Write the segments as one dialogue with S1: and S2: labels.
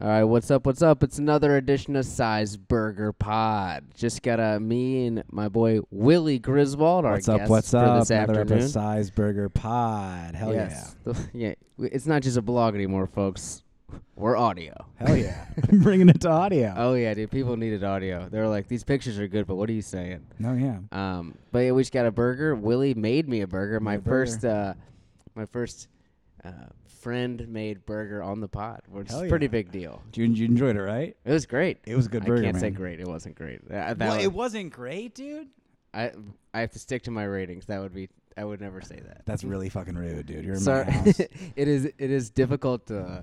S1: All right, what's up? What's up? It's another edition of Size Burger Pod. Just got uh, me and my boy Willie Griswold, our
S2: What's
S1: guest
S2: up? What's
S1: for
S2: up?
S1: this
S2: Another
S1: afternoon.
S2: size burger pod. Hell
S1: yes. yeah, it's not just a blog anymore, folks. We're audio.
S2: yeah! Hell yeah! I'm bringing it to audio.
S1: Oh yeah, dude. People needed audio. They were like, "These pictures are good, but what are you saying?"
S2: No, yeah.
S1: Um, but yeah, we just got a burger. Willie made me a burger. My
S2: a burger.
S1: first, uh, my first uh, friend made burger on the pod, which
S2: Hell
S1: is a pretty
S2: yeah.
S1: big deal.
S2: You, you enjoyed it, right?
S1: It was great.
S2: It was a good
S1: I
S2: burger,
S1: can't say
S2: man.
S1: great. It wasn't great. Uh, that
S2: Well,
S1: was-
S2: it wasn't great, dude.
S1: I I have to stick to my ratings. That would be I would never say that.
S2: That's really fucking rude, dude. You're in
S1: Sorry,
S2: my house.
S1: it is it is difficult to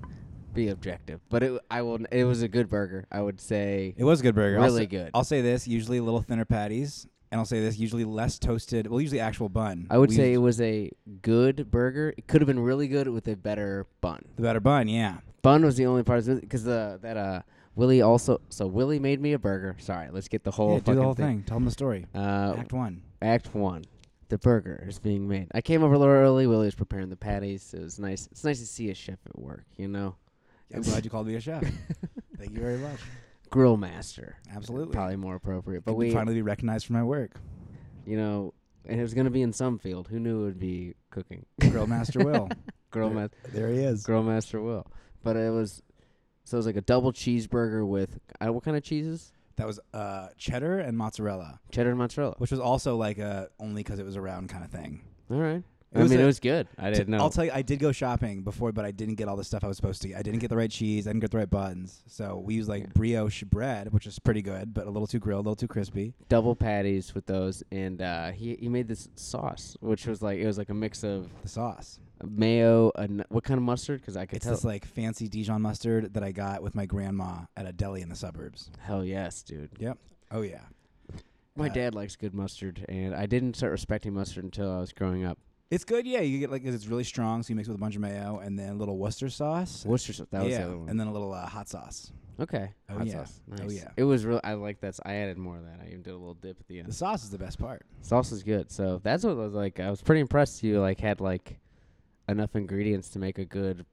S1: be objective, but it I will. It was a good burger. I would say
S2: It was a good burger. I'll
S1: Really
S2: say-
S1: good.
S2: I'll say this: usually a little thinner patties, and I'll say this: usually less toasted. Well, usually actual bun.
S1: I would
S2: We
S1: say it
S2: used
S1: was a good burger. It could have been really good with a better bun.
S2: the better bun. Yeah.
S1: Bun was the only part because the that uh Willie also so Willie made me a burger. Sorry, let's get the whole
S2: yeah do the
S1: fucking
S2: whole thing. Tell them the story.
S1: Uh,
S2: Act one.
S1: Act one. The burger is being made. I came over a little early. Willie was preparing the patties. It was nice. It's nice to see a chef at work, you know?
S2: I'm glad you called me a chef. Thank you very much.
S1: Grill master.
S2: Absolutely.
S1: Probably more appropriate. But
S2: Good to
S1: we,
S2: finally be recognized for my work.
S1: you know, and it was going to be in some field. Who knew it would be cooking?
S2: Grill Master Will.
S1: Grill, ma-
S2: There he is.
S1: grill master will. But it was, so it was like a double cheeseburger with, uh, what kind of cheeses?
S2: That was uh, cheddar and mozzarella,
S1: Cheddar and mozzarella.
S2: which was also like a only because it was around kind of thing.
S1: All right.
S2: It
S1: I
S2: was
S1: mean,
S2: a-
S1: it was good. I didn't know.
S2: I'll tell you, I did go shopping before, but I didn't get all the stuff I was supposed to. get. I didn't get the right cheese. I didn't get the right buns. So we used like
S1: Yeah.
S2: brioche bread, which is pretty good, but a little too grilled, a little too crispy.
S1: double patties with those, and uh, he he made this sauce, which was like it was like a mix of
S2: The sauce.
S1: mayo, a n- what kind of mustard? Because I could
S2: It's
S1: tell.
S2: this like fancy Dijon mustard that I got with my grandma at a deli in the suburbs.
S1: Hell yes, dude.
S2: Yep. Oh yeah.
S1: My
S2: Uh,
S1: dad likes good mustard, and I didn't start respecting mustard until I was growing up.
S2: It's good. Yeah, you get like 'cause it's really strong, so you mix it with a bunch of mayo and then a little Worcester sauce.
S1: Worcester sauce. That was
S2: yeah,
S1: the other one.
S2: and then a little uh, hot sauce.
S1: okay.
S2: Oh,
S1: Hot
S2: yeah.
S1: sauce.
S2: Oh,
S1: Nice.
S2: yeah.
S1: It was real. I like that. s- I added more of that. I even did a little dip at the
S2: The
S1: end.
S2: sauce is the best part.
S1: Sauce is good. So that's what it was like. I was pretty impressed. You like had like enough ingredients to make a good,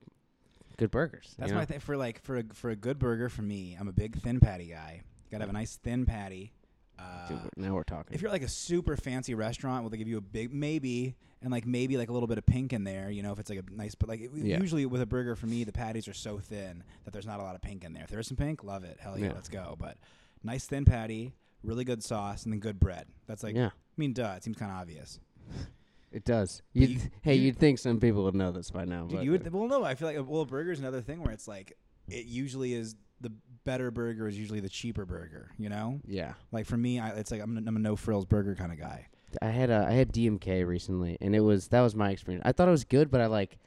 S1: good burgers.
S2: That's
S1: you
S2: my
S1: know?
S2: thing for like for a for a good burger for me. I'm a big thin patty guy. You gotta have a nice thin patty. Uh,
S1: Dude, we're- now we're talking.
S2: if you're at, like a super fancy restaurant, will they give you a big maybe and like maybe like a little bit of pink in there? You know, if it's like a nice, but like it,
S1: Yeah.
S2: usually with a burger for me, the patties are so thin that there's not a lot of pink in there. If there's some pink, love it. Hell yeah,
S1: Yeah.
S2: let's go. But nice thin patty, really good sauce, and then good bread. That's like
S1: yeah.
S2: I mean, duh, it seems kind of obvious.
S1: It does.
S2: But
S1: You'd,
S2: you-
S1: hey,
S2: you-
S1: you'd think some people would know this by now.
S2: Dude,
S1: but uh,
S2: you would well no, I feel like well, a burger's another thing where it's like it usually is the better burger is usually the cheaper burger, you know?
S1: yeah,
S2: Like for me, I, it's like I'm, a- I'm a no frills burger kind of guy.
S1: I had uh, I had DMK recently, and it was that was my experience. I thought it was good, but I like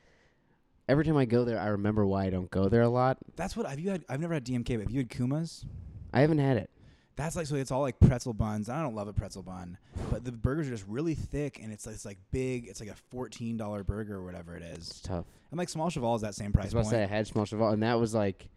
S1: every time I go there, I remember why I don't go there a lot.
S2: That's what have you had? I've never had DMK, but have you had Kuma's?
S1: I haven't had it.
S2: That's like so it's all like pretzel buns. and I don't love a pretzel bun, but the burgers are just really thick and it's like, it's like big. It's like a fourteen dollar burger or whatever it
S1: It's
S2: is.
S1: tough.
S2: And like small cheval is that same
S1: I
S2: price
S1: was about to
S2: point.
S1: say I had small cheval, and that was like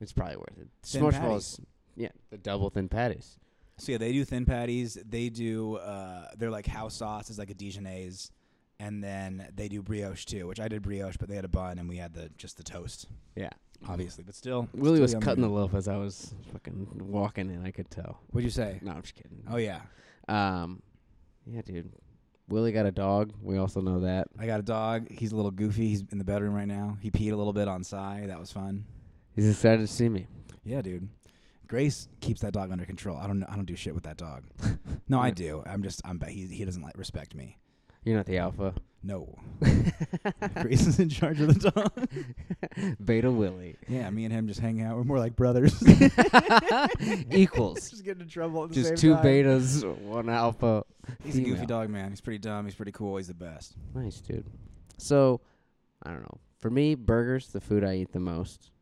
S1: it's probably worth it.
S2: Thin
S1: Small
S2: patties.
S1: cheval's yeah, the double thin patties.
S2: So yeah, they do thin patties. They do uh, their like house sauce is like a Dijonnaise, and then they do brioche too, which I did brioche, but they had a bun and we had the just the toast,
S1: Yeah,
S2: obviously. But still,
S1: Mm-hmm. Willie
S2: still
S1: was
S2: yummy.
S1: cutting the loaf as I was fucking walking, and I could tell.
S2: What'd you say?
S1: No, I'm just kidding.
S2: Oh yeah,
S1: Um, yeah, dude. Willie got a dog. We also know that.
S2: I got a dog. He's a little goofy. He's in the bedroom right now. He peed a little bit on Sai. That was fun.
S1: He's excited to see me.
S2: Yeah, dude. Grace keeps that dog under control. I don't. know- I don't do shit with that dog. no, I
S1: Yeah.
S2: do. I'm just. I'm. ba- He he doesn't like respect me.
S1: You're not the alpha.
S2: No. Grace is in charge of the dog.
S1: Beta Willie.
S2: Yeah, me and him just hang out. We're more like brothers.
S1: Equals.
S2: just get into trouble at the
S1: Just
S2: same
S1: two
S2: time.
S1: betas, one alpha.
S2: He's a goofy
S1: female.
S2: dog, man. He's pretty dumb. He's pretty cool. He's the best.
S1: Nice, dude. So, I don't know. For me, burgers, the food I eat the most.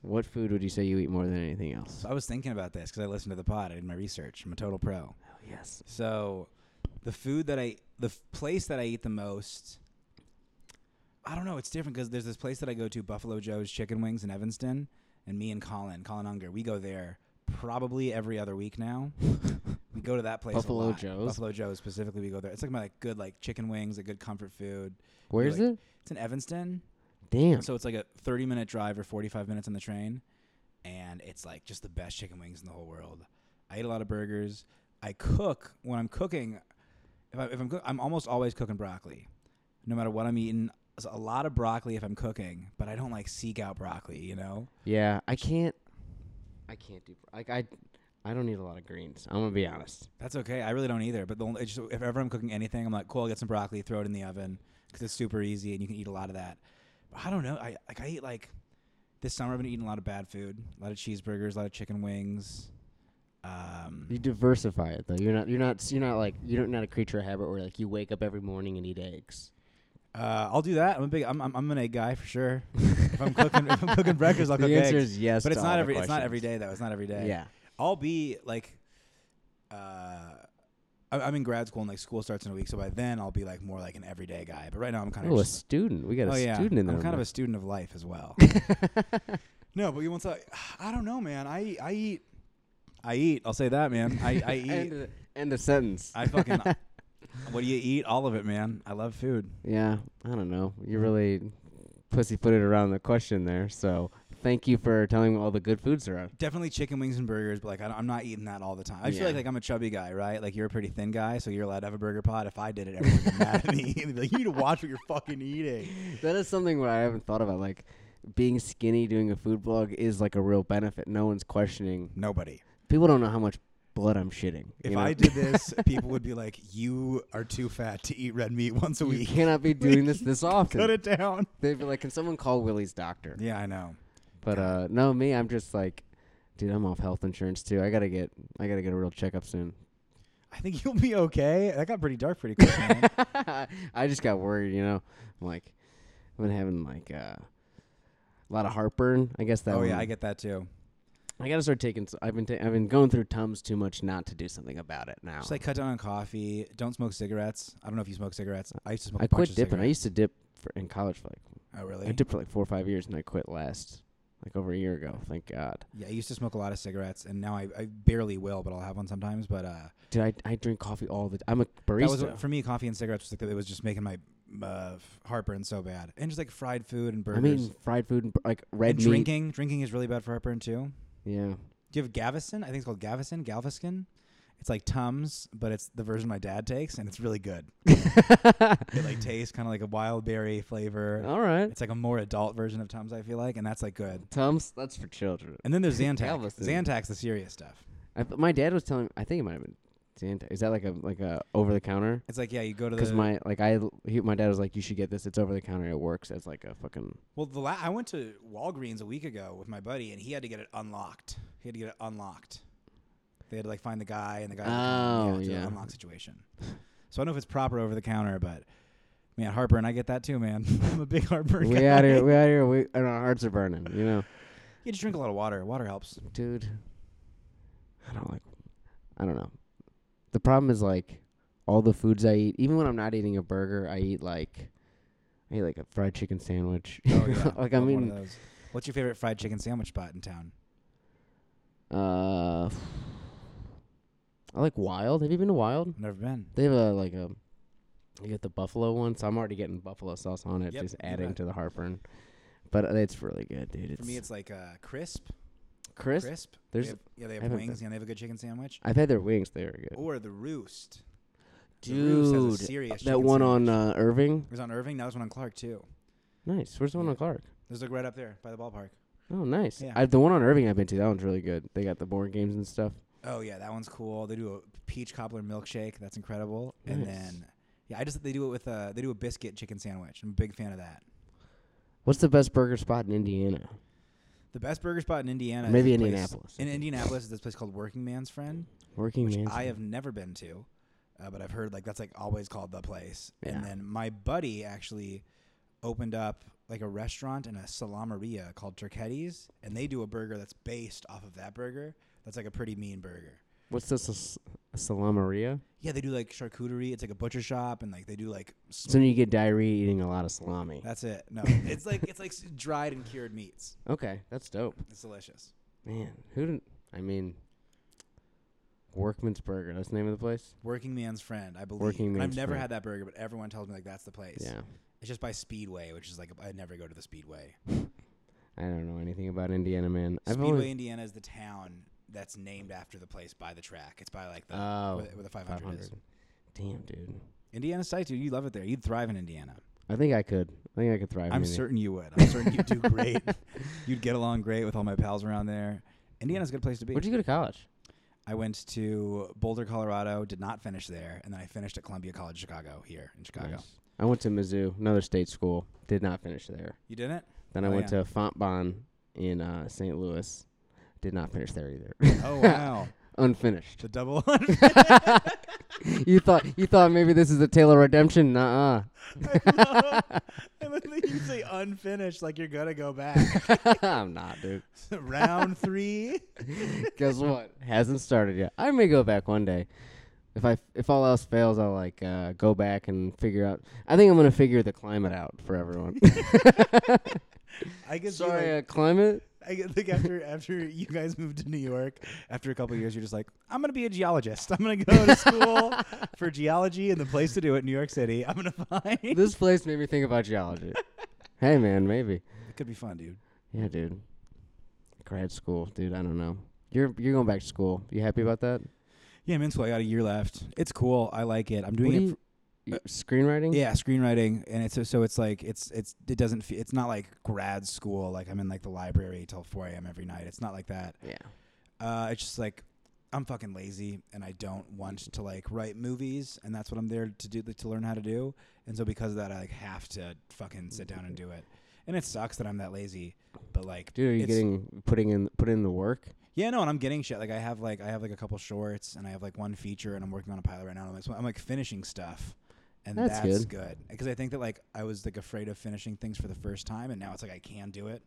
S1: What food would you say you eat more than anything else?
S2: So I was thinking about this because I listened to the pod. I did my research. I'm a total pro.
S1: Oh, yes.
S2: So, the food that I, the f- place that I eat the most, I don't know. It's different because there's this place that I go to, Buffalo Joe's Chicken Wings in Evanston, and me and Colin, Colin Unger, we go there probably every other week now. we go to that place. a
S1: Buffalo
S2: lot.
S1: Joe's?
S2: Buffalo Joe's specifically, we go there. It's like my like, good like chicken wings, a good comfort food.
S1: Where is
S2: like-
S1: it?
S2: It's in Evanston.
S1: Damn.
S2: So it's like a 30 minute drive or 45 minutes on the train. and it's like just the best chicken wings in the whole world. I eat a lot of burgers. I cook when I'm cooking. If, I, if I'm cook, I'm almost always cooking broccoli, no matter what I'm eating. It's a lot of broccoli if I'm cooking, but I don't like seek out broccoli. You know,
S1: Yeah, I can't. I can't do like I. I don't need a lot of greens. I'm gonna be honest.
S2: that's okay. I really don't either. But the only, it's just, if ever I'm cooking anything, I'm like, cool. I'll get some broccoli, throw it in the oven because it's super easy and you can eat a lot of that. But I don't know. I like I eat like this summer. I've been eating a lot of bad food, a lot of cheeseburgers, a lot of chicken wings. Um,
S1: You diversify it though. You're not. You're not. You're not like. You're not a creature of habit where like you wake up every morning and eat eggs.
S2: Uh, I'll do that. I'm a big. I'm I'm, I'm an egg guy for sure. if I'm cooking, if I'm cooking breakfast, I'll
S1: the
S2: cook
S1: answer
S2: eggs.
S1: is yes.
S2: but
S1: to
S2: it's
S1: all
S2: not
S1: the
S2: every. It's not every
S1: questions.
S2: day though. It's not every day.
S1: Yeah.
S2: I'll be like, uh, I- I'm in grad school and like school starts in a week, so by then I'll be like more like an everyday guy. But right now I'm kind of.
S1: Oh, a
S2: just,
S1: student. We got a
S2: oh yeah,
S1: student in there.
S2: I'm kind of a student of life as well. no, but you won't say. I don't know, man. I eat- I eat. I eat. I'll say that, man. I I
S1: end,
S2: eat.
S1: of, end of uh, sentence.
S2: I fucking. What do you eat? All of it, man. I love food.
S1: yeah. I don't know. You really pussyfooted around the question there. So thank you for telling me all the good foods there are.
S2: definitely chicken wings and burgers, but like I don't, I'm not eating that all the time. I just feel
S1: Yeah.
S2: like like I'm a chubby guy, right? Like you're a pretty thin guy, so you're allowed to have a burger pot. If I did it, everyone would be mad at me. They'd be like you need to watch what you're fucking eating.
S1: That is something where I haven't thought about. Like being skinny doing a food blog is like a real benefit. No one's questioning.
S2: Nobody.
S1: People don't know how much blood I'm shitting.
S2: If
S1: you know?
S2: I did this, people would be like, "You are too fat to eat red meat once a
S1: you
S2: week.
S1: cannot be doing this this
S2: Cut
S1: often.
S2: it down."
S1: They'd be like, "Can someone call Willie's doctor?"
S2: Yeah, I know.
S1: But uh, no, me, I'm just like, dude, I'm off health insurance too. I gotta get, I gotta get a real checkup soon.
S2: I think you'll be okay. That got pretty dark pretty quick. man.
S1: I just got worried, you know. I'm like, I've been having like uh, a lot of heartburn. I guess that.
S2: oh
S1: one-
S2: yeah, I get that too.
S1: I gotta start taking. s- I've been, ta- I've been going through tums too much not to do something about it now.
S2: Just like cut down on coffee. Don't smoke cigarettes. I don't know if you smoke cigarettes. I used to smoke.
S1: I
S2: a bunch
S1: quit
S2: of
S1: dipping. I
S2: cigarettes.
S1: used to dip for, in college for like
S2: oh really?
S1: I dipped for like four or five years, and I quit last like over a year ago. Thank God,
S2: Yeah, I used to smoke a lot of cigarettes, and now I, I barely will, but I'll have one sometimes. But uh,
S1: dude. I I drink coffee all the. I'm a
S2: that
S1: barista.
S2: was for me. Coffee and cigarettes was like it was just making my uh, heartburn so bad, and just like fried food and burgers.
S1: I mean, fried food and bur- like red
S2: and
S1: meat.
S2: drinking. Drinking is really bad for heartburn too.
S1: Yeah.
S2: Do you have Gaveston? I think it's called Gaveston. Galveston. It's like Tums, but it's the version my dad takes, and it's really good. It like tastes kind of like a wild berry flavor.
S1: All right.
S2: It's like a more adult version of Tums, I feel like, and that's like good.
S1: Tums, that's for children.
S2: And then there's Zantac.
S1: Galveston.
S2: Zantac's the serious stuff.
S1: I, th- my dad was telling. I think it might have been Xanta. Is that like a like a over the counter?
S2: It's like yeah, you go to
S1: Because
S2: the
S1: my like I he, my dad was like, you should get this. It's over the counter. It works as like a fucking.
S2: Well, the la- I went to Walgreens a week ago with my buddy, and he had to get it unlocked. He had to get it unlocked. They had to like find the guy, and the guy.
S1: Oh,
S2: had to
S1: yeah.
S2: unlock situation. So I don't know if it's proper over the counter, but man, heartburn. I get that too, man. I'm a big heartburn
S1: We
S2: guy.
S1: out here. We out here. We and our hearts are burning. You know,
S2: You just drink a lot of water. Water helps. Oh,
S1: dude. I don't like. I don't know. The problem is like all the foods I eat. Even when I'm not eating a burger, I eat like. I eat like a fried chicken sandwich. like I
S2: Love one of
S1: mean,
S2: those. what's your favorite fried chicken sandwich spot in town?
S1: uh, I like Wild. Have you been to Wild?
S2: Never been.
S1: They have a like a you get the buffalo one, so I'm already getting buffalo sauce on it,
S2: Yep,
S1: just
S2: you
S1: adding
S2: bet.
S1: to the heartburn. But uh, it's really good, dude. It's,
S2: For me, it's like uh, crisp.
S1: crisp.
S2: Crisp. They
S1: There's
S2: have- yeah, they
S1: I
S2: have
S1: haven't
S2: wings
S1: been.
S2: and they have a good chicken sandwich.
S1: I've had their wings; they are good.
S2: Or the roost. The Roost has a
S1: Dude,
S2: serious
S1: that
S2: chicken
S1: one
S2: sandwich.
S1: on uh, Irving,
S2: It was on Irving. Now there's one on Clark too.
S1: nice. Where's the one
S2: Yeah.
S1: on Clark?
S2: There's like right up there by the ballpark.
S1: Oh, nice.
S2: Yeah.
S1: I, the one on Irving I've been to, that one's really good. They got the board games and stuff.
S2: Oh yeah, that one's cool. They do a peach cobbler milkshake. That's incredible. And
S1: Nice.
S2: then yeah, I just they do it with uh they do a biscuit chicken sandwich. I'm a big fan of that.
S1: What's the best burger spot in Indiana?
S2: The best burger spot in Indiana. is
S1: Maybe
S2: this place-
S1: Indianapolis.
S2: in Indianapolis is this place called Working Man's Friend,
S1: Working
S2: which
S1: Man's.
S2: I have never been to, uh, but I've heard like that's like always called the place.
S1: Yeah.
S2: And then my buddy actually opened up like a restaurant and a salameria called Turchetti's, and they do a burger that's based off of that burger. That's like a pretty mean burger.
S1: What's this? A salameria?
S2: Yeah, they do like charcuterie. It's like a butcher shop, and like they do like. s-
S1: So then you get diarrhea eating a lot of salami.
S2: That's it. No, it's like it's like s- dried and cured meats.
S1: Okay, that's dope.
S2: It's delicious.
S1: Man, who didn't? I mean, Workman's Burger. That's the name of the place.
S2: Working man's friend, I believe.
S1: Working
S2: and I've
S1: man's
S2: never
S1: friend.
S2: had that burger, but everyone tells me like that's the place.
S1: Yeah,
S2: It's just by Speedway, which is like I never go to the Speedway.
S1: I don't know anything about Indiana Man. I've
S2: Speedway,
S1: only
S2: Indiana is the town that's named after the place by the track. It's by like the
S1: oh,
S2: where, the- where the 500, is.
S1: 500. Damn, dude.
S2: Indiana's tight, dude. You'd love it there. You'd thrive in Indiana.
S1: I think I could. I think I could thrive. in
S2: I'm
S1: Indi-
S2: certain you would. I'm certain you'd do great. You'd get along great with all my pals around there. Indiana's a good place to be.
S1: Where'd you go to college?
S2: I went to Boulder, Colorado, did not finish there, and then I finished at Columbia College Chicago here in Chicago.
S1: Nice. I went to Mizzou, another state school. Did not finish there.
S2: You didn't?
S1: Then I
S2: Oh,
S1: went
S2: yeah.
S1: to Fontbonne in uh, St. Louis. Did not finish there either.
S2: Oh wow.
S1: Unfinished.
S2: the double
S1: you thought you thought maybe this is a tale of redemption. Nuh-uh.
S2: I love- I love that you say unfinished, like you're gonna go back.
S1: I'm not, dude.
S2: Round three.
S1: Guess what? Hasn't started yet. I may go back one day. If I if all else fails, I'll like uh, go back and figure out. I think I'm gonna figure the climate out for everyone.
S2: I guess you,
S1: Sorry,
S2: like-
S1: uh, climate.
S2: I guess, like after after you guys moved to New York, after a couple of years, you're just like, I'm gonna be a geologist. I'm gonna go to school for geology, and the place to do it, New York City. I'm gonna find.
S1: This place made me think about geology. hey, man, maybe.
S2: It could be fun, dude.
S1: Yeah, dude. Grad school, dude. I don't know. You're you're going back to school. You happy about that?
S2: Yeah, men's school. I got a year left. It's cool. I like it. I'm
S1: What
S2: doing
S1: do
S2: it.
S1: you-
S2: for-
S1: you- screenwriting.
S2: yeah, screenwriting, and it's so it's like it's it's it doesn't fe- it's not like grad school. Like I'm in like the library till 4 a.m. every night. It's not like that.
S1: Yeah.
S2: Uh, it's just like I'm fucking lazy and I don't want to like write movies and that's what I'm there to do to learn how to do. And so because of that, I like have to fucking sit down and do it. And it sucks that I'm that lazy, but like,
S1: Dude, are you
S2: it's-
S1: getting putting in put in the work?
S2: yeah, no, and I'm getting shit. Like I have like I have like a couple shorts and I have like one feature and I'm working on a pilot right now. And I'm like, so I'm like finishing stuff. And
S1: That's
S2: that's, good because I think that like I was like afraid of finishing things for the first time, and now it's like I can do it.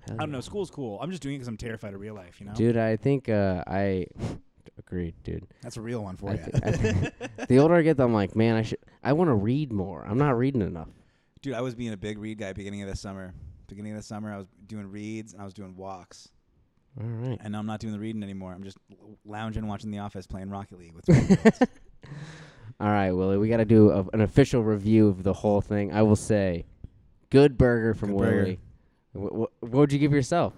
S1: Hell
S2: I don't
S1: yeah.
S2: know. School's cool. I'm just doing it because I'm terrified of real life. You know,
S1: Dude, I think uh, I agreed, dude.
S2: that's a real one for
S1: I
S2: you.
S1: thi- I thi- the older I get, I'm like, man, I should. I want to read more. I'm not reading enough.
S2: Dude, I was being a big read guy beginning of the summer. Beginning of the summer, I was doing reads and I was doing walks.
S1: All right.
S2: And now I'm not doing the reading anymore. I'm just l- lounging, watching The Office, playing Rocket League with 12-year-olds.
S1: All right, Willie. We got to do a, an official review of the whole thing. I will say, good burger from
S2: Good burger.
S1: Willie. Wh- wh- what would you give yourself?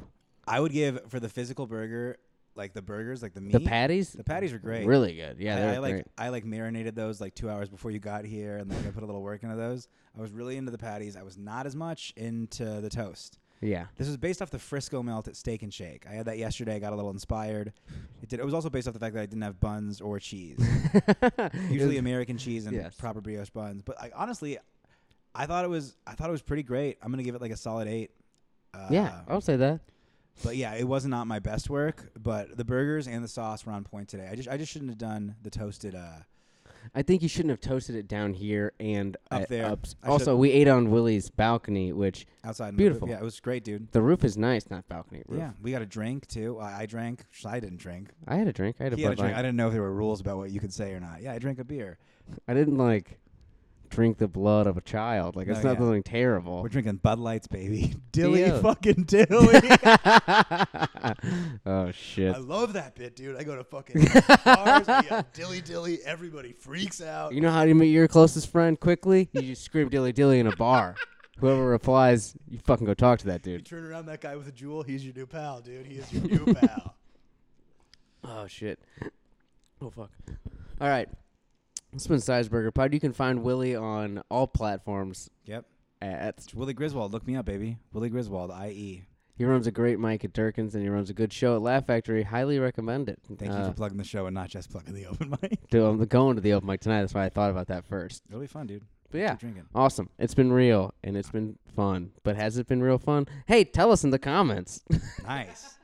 S2: I would give for the physical burger, like the burgers, like the meat.
S1: The patties.
S2: the patties were great.
S1: Really good. Yeah,
S2: I,
S1: they're
S2: I like
S1: great.
S2: I like marinated those like two hours before you got here, and like I put a little work into those. I was really into the patties. I was not as much into the toast.
S1: Yeah.
S2: This was based off the Frisco melt at Steak and Shake. I had that yesterday. I got a little inspired. It did. It was also based off the fact that I didn't have buns or cheese. usually American cheese and
S1: Yes.
S2: proper brioche buns. But like honestly, I thought it was I thought it was pretty great. I'm gonna give it like a solid eight. Uh,
S1: yeah, I would say that.
S2: but yeah, it was not my best work. But the burgers and the sauce were on point today. I just I just shouldn't have done the toasted. Uh,
S1: I think you shouldn't have toasted it down here and
S2: Up
S1: uh,
S2: there.
S1: ups-
S2: I should-
S1: Also, we ate on Willie's balcony, which
S2: outside, in the-
S1: Beautiful.
S2: yeah, it was great, dude.
S1: the roof is nice, not balcony roof.
S2: Yeah, we got a drink too. I, I drank. Sh- I didn't drink.
S1: I had a drink. I had a
S2: He had a
S1: Bud
S2: drink. I
S1: Light.
S2: didn't know if there were rules about what you could say or not. Yeah, I drank a beer.
S1: I didn't like drink the blood of a child. Like
S2: No,
S1: it's not
S2: yeah.
S1: something terrible.
S2: We're drinking Bud Lights, baby. Dilly,
S1: Deal.
S2: fucking Dilly.
S1: oh shit!
S3: I love that bit, dude. I go to fucking bars, we yell dilly dilly, everybody freaks out.
S1: You know how to meet your closest friend quickly? You just scream dilly dilly in a bar. Whoever replies, you fucking go talk to that
S3: You
S1: dude.
S3: turn around, that guy with a jewel, he's your new pal, dude. He is your new pal.
S1: Oh shit. Oh fuck. All right. It's been Sizeburger Pod. You can find Willie on all platforms
S2: yep.
S1: at
S2: Willie Griswold, look me up, baby. Willie Griswold, E. I.E.
S1: he runs a great mic at Durkins and he runs a good show at Laugh Factory. Highly recommend it.
S2: Thank you for plugging the show and not just plugging the open mic.
S1: Dude, I'm going to the open mic tonight. That's why I thought about that first.
S2: It'll be fun, dude.
S1: But yeah,
S2: Keep drinking.
S1: awesome. It's been real and it's been fun. But has it been real fun? Hey, tell us in the comments.
S2: Nice.